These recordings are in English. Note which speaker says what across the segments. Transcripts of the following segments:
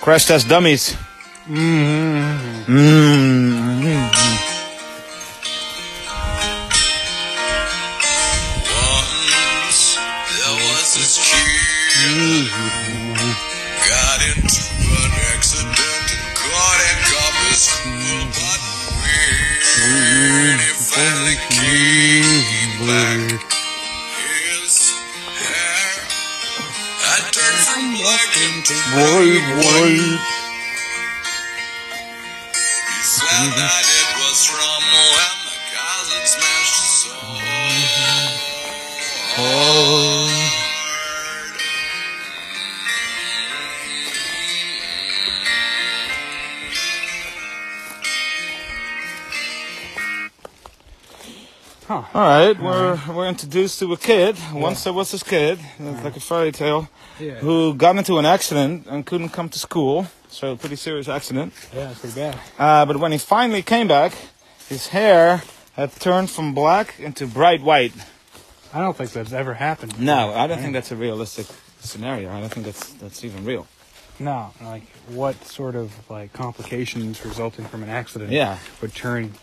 Speaker 1: Crash Test Dummies.
Speaker 2: Once there was this kid got into an accident and caught and got his cool, but when he finally came back, his hair had turned from black into white. He said that it was from when the guys had smashed his soul.
Speaker 1: All right, we're we're introduced to a kid. Once there was this kid, it's like a fairy tale,
Speaker 3: Yeah.
Speaker 1: who got into an accident and couldn't come to school. So pretty serious accident.
Speaker 3: Yeah, it's pretty bad.
Speaker 1: Uh, but when he finally came back, his hair had turned from black into bright white.
Speaker 3: I don't think that's ever happened.
Speaker 1: No, I don't think that's a realistic scenario. I don't think that's that's even real.
Speaker 3: No, like what sort of like complications resulting from an accident?
Speaker 1: Yeah.
Speaker 3: would turn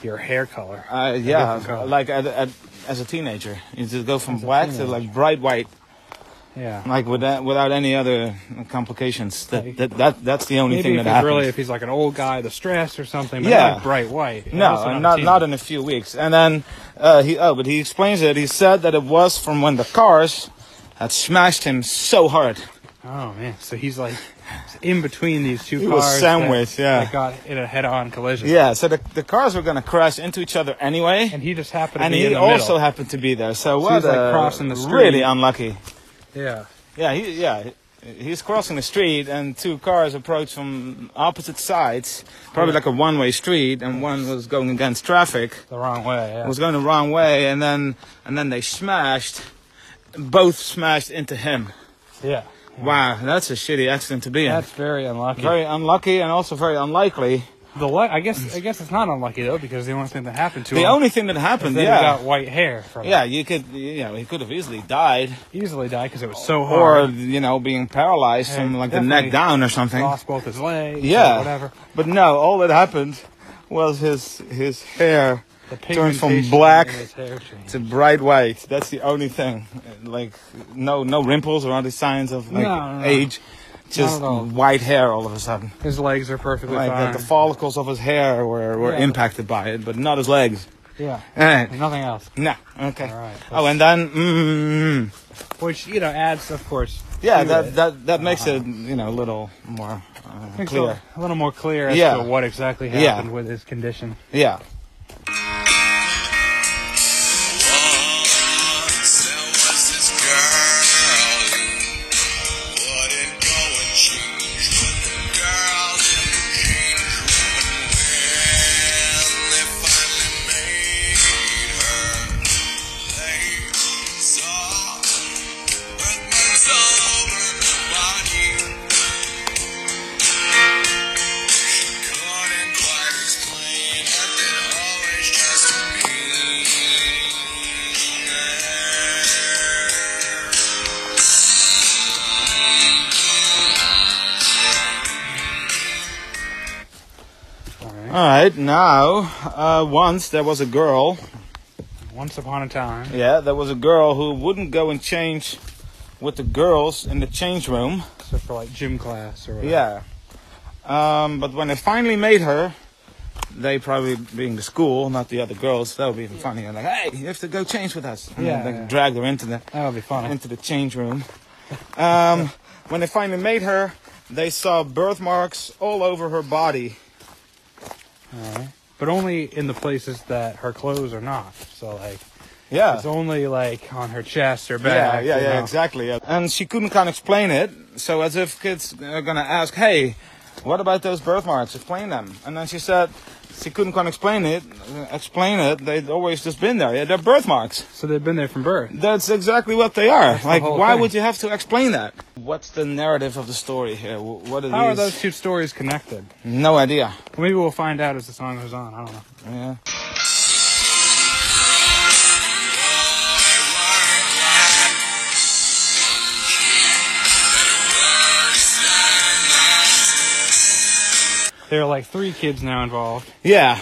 Speaker 3: your hair color.
Speaker 1: Uh,
Speaker 3: different
Speaker 1: yeah,
Speaker 3: color.
Speaker 1: like at, at, as a teenager, you just go from
Speaker 3: As a
Speaker 1: black to
Speaker 3: teenager.
Speaker 1: like bright white,
Speaker 3: yeah,
Speaker 1: like without without any other complications. That
Speaker 3: Like-
Speaker 1: that, that that's the only
Speaker 3: maybe
Speaker 1: thing
Speaker 3: if
Speaker 1: that
Speaker 3: he's
Speaker 1: happens.
Speaker 3: really if he's like an old guy, the stress or something. But
Speaker 1: Yeah.
Speaker 3: not bright white.
Speaker 1: No, and not not in a few weeks. And then uh, he oh, but he explains it. He said that it was from when the cars had smashed him so hard.
Speaker 3: Oh man, so he's like in between these two
Speaker 1: He was
Speaker 3: cars. that-
Speaker 1: sandwiched, yeah.
Speaker 3: that got in a head-on collision.
Speaker 1: Yeah, so the, the cars were gonna crash into each other anyway, and,
Speaker 3: and he just happened to be in
Speaker 1: he
Speaker 3: the
Speaker 1: also
Speaker 3: middle.
Speaker 1: happened to be there. So,
Speaker 3: So
Speaker 1: what?
Speaker 3: he's, like,
Speaker 1: uh,
Speaker 3: crossing the
Speaker 1: Really
Speaker 3: street.
Speaker 1: unlucky.
Speaker 3: yeah,
Speaker 1: Yeah, he, yeah. He's crossing the street, and two cars approach from opposite sides. Probably like a one-way street, and one was going against traffic.
Speaker 3: the wrong way. Yeah.
Speaker 1: was going the wrong way, and then and then they smashed, both smashed into him.
Speaker 3: yeah,
Speaker 1: Wow, that's a shitty accident to be in.
Speaker 3: that's very unlucky.
Speaker 1: very unlucky and also very unlikely.
Speaker 3: The li- I guess I guess it's not unlucky though because the only thing that happened to
Speaker 1: The
Speaker 3: him
Speaker 1: only thing that happened,
Speaker 3: is that he
Speaker 1: yeah,
Speaker 3: got white hair from it.
Speaker 1: yeah, you could, you know, he could have easily died
Speaker 3: easily die because it was so
Speaker 1: or
Speaker 3: hard.
Speaker 1: you know being paralyzed
Speaker 3: Yeah,
Speaker 1: from like the neck
Speaker 3: definitely
Speaker 1: down or something.
Speaker 3: lost both his legs.
Speaker 1: Yeah.
Speaker 3: or whatever.
Speaker 1: But no, all that happened was his his hair
Speaker 3: The
Speaker 1: Turned from
Speaker 3: pigmentation
Speaker 1: black
Speaker 3: in his hair changed.
Speaker 1: to bright white. That's the only thing. Like no no wrinkles or other signs of like
Speaker 3: No, no, no.
Speaker 1: age. Just
Speaker 3: at all.
Speaker 1: white hair all of a sudden.
Speaker 3: His legs are perfectly
Speaker 1: like
Speaker 3: fine.
Speaker 1: that the follicles of his hair were, were
Speaker 3: Yeah.
Speaker 1: impacted by it, but not his legs.
Speaker 3: yeah,
Speaker 1: Alright.
Speaker 3: nothing else.
Speaker 1: No. Okay.
Speaker 3: All right.
Speaker 1: oh, and then mm,
Speaker 3: Which you know adds, of course.
Speaker 1: yeah,
Speaker 3: to
Speaker 1: that
Speaker 3: it.
Speaker 1: that that makes it you know a little more uh,
Speaker 3: Uh-huh. Makes
Speaker 1: clear.
Speaker 3: it a little more clear as
Speaker 1: Yeah.
Speaker 3: to what exactly
Speaker 1: Yeah.
Speaker 3: happened with his condition.
Speaker 1: Yeah.
Speaker 2: Once there was this girl who wouldn't go and change, but the girls in the change room. And when they finally made her, they saw Earthman's over her body. She couldn't quite explain it, it always just being there.
Speaker 3: All right.
Speaker 1: All right. Now, uh, once there was a girl.
Speaker 3: Once upon a time,
Speaker 1: Yeah, there was a girl who wouldn't go and change with the girls in the change room.
Speaker 3: so for like gym class or
Speaker 1: Yeah.
Speaker 3: whatever.
Speaker 1: Um, but when they finally made her, they probably being the school, not the other girls, that would be even funnier. Like, hey, you have to go change with us. And then
Speaker 3: Yeah,
Speaker 1: they
Speaker 3: yeah.
Speaker 1: dragged her into the
Speaker 3: that would be fun.
Speaker 1: into the change room. Um, when they finally made her, they saw birthmarks all over her body.
Speaker 3: But only in the places that her clothes are not. So like
Speaker 1: Yeah.
Speaker 3: it's only like on her chest or
Speaker 1: Yeah,
Speaker 3: back.
Speaker 1: yeah,
Speaker 3: you
Speaker 1: yeah,
Speaker 3: know.
Speaker 1: exactly. Yeah. And she couldn't kind of explain it. So as if kids are gonna ask, "Hey, what about those birthmarks? Explain them." And then she said, she couldn't kind of explain it. uh, Explain it. They'd always just been there. Yeah, they're birthmarks.
Speaker 3: So they've been there from birth.
Speaker 1: That's exactly what they are. like,
Speaker 3: whole
Speaker 1: why
Speaker 3: thing.
Speaker 1: would you have to explain that? What's the narrative of the story here? Wh- What are
Speaker 3: How are
Speaker 1: these?
Speaker 3: those two stories connected?
Speaker 1: No idea.
Speaker 3: Well, maybe we'll find out as the song goes on. I don't know.
Speaker 1: Yeah.
Speaker 2: Worse than that.
Speaker 3: There are like three kids now involved.
Speaker 1: Yeah.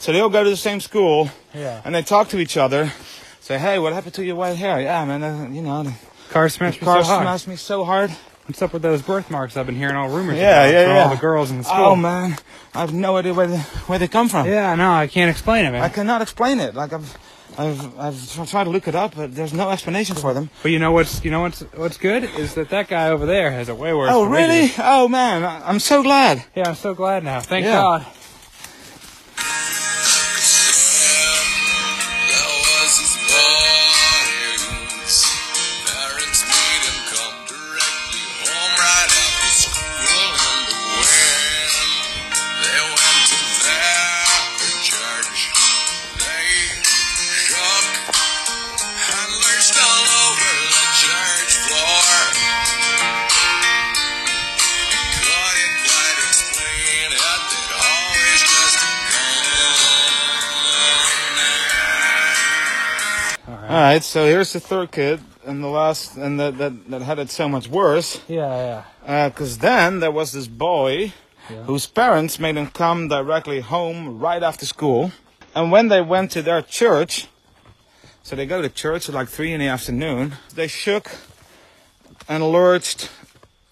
Speaker 1: So they all go to the same school
Speaker 3: Yeah.
Speaker 1: and they talk to each other. Say, hey, what happened to your white hair? Yeah, man, uh, you know, the
Speaker 3: Car smashed me
Speaker 1: car
Speaker 3: so hard.
Speaker 1: smashed me so hard.
Speaker 3: What's up with those birthmarks I've been hearing all rumors
Speaker 1: Yeah,
Speaker 3: about
Speaker 1: yeah,
Speaker 3: from
Speaker 1: yeah.
Speaker 3: all the girls in the school?
Speaker 1: Oh man, I have no idea where they, where they come from.
Speaker 3: Yeah, no, I can't explain it, man.
Speaker 1: I cannot explain it. Like I've, I've, I've tr- tried to look it up, but there's no explanation for them.
Speaker 3: But you know what's you know what's what's good is that that guy over there has it way worse.
Speaker 1: Oh
Speaker 3: than we do.
Speaker 1: really? Oh man, I- I'm so glad.
Speaker 3: Yeah, I'm so glad now. Thank
Speaker 1: Yeah.
Speaker 3: God.
Speaker 2: There was this boy whose parents made him come directly home right after school and when they went to their church, they shook and lurched all over the church floor. Couldn't quite explain it, they'd always just
Speaker 1: All right, so here's the third kid, and the last, and that that, that had it so much worse,
Speaker 3: Yeah,
Speaker 1: because Uh, then there was this boy, whose parents made him come directly home right after school, and when they went to their church, so they go to church at like three in the afternoon. They shook and lurched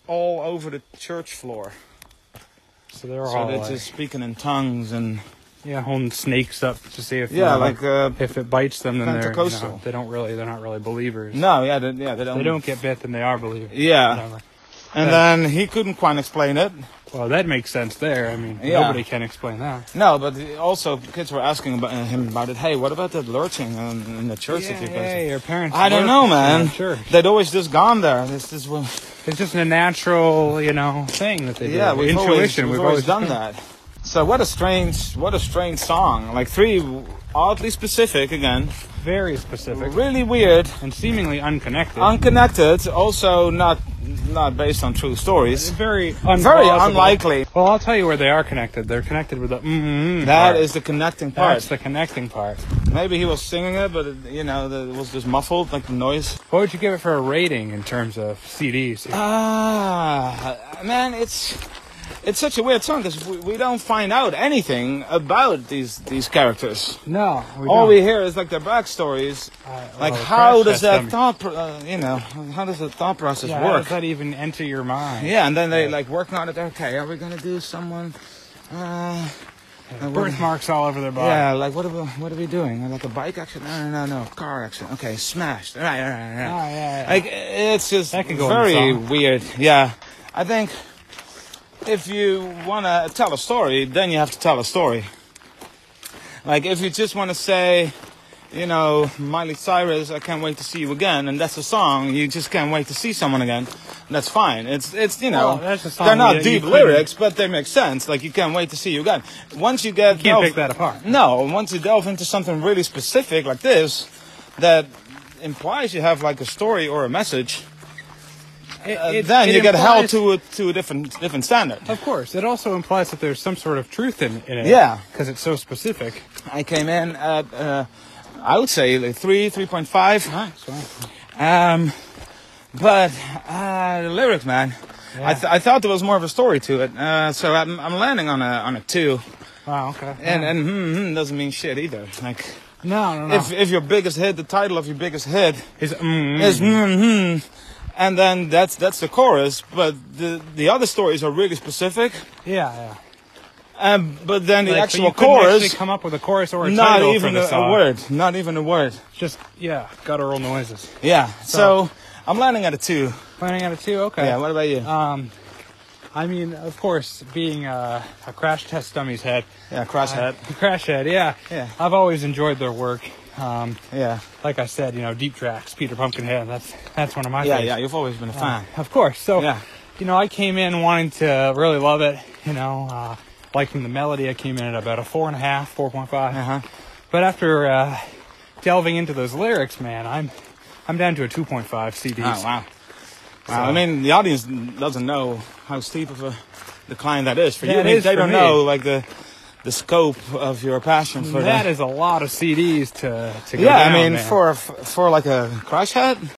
Speaker 1: all over the church floor.
Speaker 3: So they were
Speaker 1: So
Speaker 3: all
Speaker 1: they're
Speaker 3: like,
Speaker 1: just speaking in tongues and
Speaker 3: yeah, holding snakes up to see if
Speaker 1: yeah,
Speaker 3: uh,
Speaker 1: like uh,
Speaker 3: if it bites them, then they're you
Speaker 1: Pentecostal.
Speaker 3: know, they don't really they're not really believers.
Speaker 1: no, yeah, they, yeah, they
Speaker 3: If
Speaker 1: don't.
Speaker 3: They don't get bit, then they are believers.
Speaker 1: Yeah,
Speaker 3: Whatever.
Speaker 1: and then he couldn't quite explain it.
Speaker 3: Well, that makes sense there. I mean,
Speaker 1: Yeah.
Speaker 3: nobody can explain that.
Speaker 1: No, but also kids were asking about him about it. Hey, what about that lurching in, in the church that you
Speaker 3: yeah,
Speaker 1: guys?
Speaker 3: your parents.
Speaker 1: I don't
Speaker 3: were-
Speaker 1: know,
Speaker 3: yeah,
Speaker 1: man.
Speaker 3: Sure,
Speaker 1: They'd always just gone there. This is well,
Speaker 3: it's just a natural, you know, thing that they do.
Speaker 1: yeah, we've always,
Speaker 3: intuition.
Speaker 1: we've
Speaker 3: we've
Speaker 1: always
Speaker 3: done
Speaker 1: done that. So what a strange, what a strange song. Like three oddly specific again,
Speaker 3: very specific
Speaker 1: really weird,
Speaker 3: and seemingly unconnected.
Speaker 1: unconnected, also not not based on true stories.
Speaker 3: very
Speaker 1: Very
Speaker 3: unplausible.
Speaker 1: unlikely.
Speaker 3: Well, I'll tell you where they are connected. They're connected with the mm-hmm.
Speaker 1: That is the connecting part.
Speaker 3: That's the connecting part.
Speaker 1: Maybe he was singing it, but it, you know, the, it was just muffled, like the noise.
Speaker 3: What would you give it for a rating in terms of CDs?
Speaker 1: Ah, man, it's it's such a weird song because we, we don't find out anything about these these characters.
Speaker 3: no, we
Speaker 1: All Oh, we hear is like their backstories. Like, how does that thought, pro- uh, you know, how does the thought process
Speaker 3: yeah, How
Speaker 1: work?
Speaker 3: does that even enter your mind?
Speaker 1: yeah, and then they like working on it. Okay, are we gonna do someone? Uh, uh, what-
Speaker 3: Birthmarks all over their body.
Speaker 1: yeah, like what are we, what are we doing? Like a bike accident? No, no, no, no. Car accident. Okay, smashed. All right, all right, all right.
Speaker 3: Ah, yeah, yeah.
Speaker 1: Like it's just
Speaker 3: That could go in the
Speaker 1: very
Speaker 3: song.
Speaker 1: weird. Yeah, I think if you want to tell a story, then you have to tell a story. Like if you just want to say, you know, Miley Cyrus, I can't wait to see you again, and that's a song. You just can't wait to see someone again. That's fine. It's it's you know
Speaker 3: Well, that's a song
Speaker 1: they're not
Speaker 3: you- you
Speaker 1: deep
Speaker 3: couldn't-
Speaker 1: lyrics, but they make sense. Like you can't wait to see you again. Once you get
Speaker 3: you can't
Speaker 1: delve-
Speaker 3: pick that apart.
Speaker 1: no, and once you delve into something really specific like this, that implies you have like a story or a message,
Speaker 3: It-
Speaker 1: uh,
Speaker 3: it-
Speaker 1: then
Speaker 3: it
Speaker 1: you get held
Speaker 3: implies-
Speaker 1: to a, to a different different standard.
Speaker 3: Of course, it also implies that there's some sort of truth in, in it.
Speaker 1: Yeah.
Speaker 3: because it's so specific.
Speaker 1: I came in at uh, I would say like three three point five,
Speaker 3: Nice. Wow.
Speaker 1: um, but uh, the lyrics, man. I, th- I thought there was more of a story to it, uh, so I'm, I'm landing on a on a two,
Speaker 3: Wow. Okay.
Speaker 1: and and hmm, hmm doesn't mean shit either. Like
Speaker 3: no, no, no.
Speaker 1: if if your biggest hit, the title of your biggest hit
Speaker 3: It's, mm,
Speaker 1: is mm-hmm. and then that's that's the chorus but the the other stories are really specific
Speaker 3: yeah, yeah.
Speaker 1: um, but then the
Speaker 3: Like, so
Speaker 1: actual
Speaker 3: you couldn't actually
Speaker 1: chorus
Speaker 3: come up with a chorus or a
Speaker 1: not
Speaker 3: title
Speaker 1: even
Speaker 3: for the
Speaker 1: a,
Speaker 3: song.
Speaker 1: a word not even a word
Speaker 3: Just yeah, guttural noises.
Speaker 1: yeah so, i'm landing at a two
Speaker 3: Planning out a two. Okay.
Speaker 1: yeah what about you
Speaker 3: Um, I mean, of course, being a, a crash test dummy's head. Uh,
Speaker 1: yeah crash hat
Speaker 3: Crash head. Yeah.
Speaker 1: Yeah.
Speaker 3: I've always enjoyed their work. Um,
Speaker 1: yeah
Speaker 3: like I said, you know, deep tracks, Peter Pumpkinhead. That's that's one of my
Speaker 1: yeah
Speaker 3: faves. Uh,
Speaker 1: yeah you've always been a fan
Speaker 3: Of course. So,
Speaker 1: Yeah.
Speaker 3: you know, I came in wanting to really love it. You know, uh, liking the melody. I came in at about a four and a half, four point five.
Speaker 1: uh-huh
Speaker 3: But after uh, delving into those lyrics, man, I'm I'm down to a 2.5 CDs.
Speaker 1: oh wow
Speaker 3: So-
Speaker 1: Wow, I mean, the audience doesn't know how steep of a decline that is for you.
Speaker 3: That
Speaker 1: They-
Speaker 3: is
Speaker 1: they don't
Speaker 3: for me.
Speaker 1: know like the the scope of your passion for
Speaker 3: that is a lot of CDs to to go
Speaker 1: Yeah,
Speaker 3: down,
Speaker 1: I mean,
Speaker 3: man.
Speaker 1: for for like a crash hat,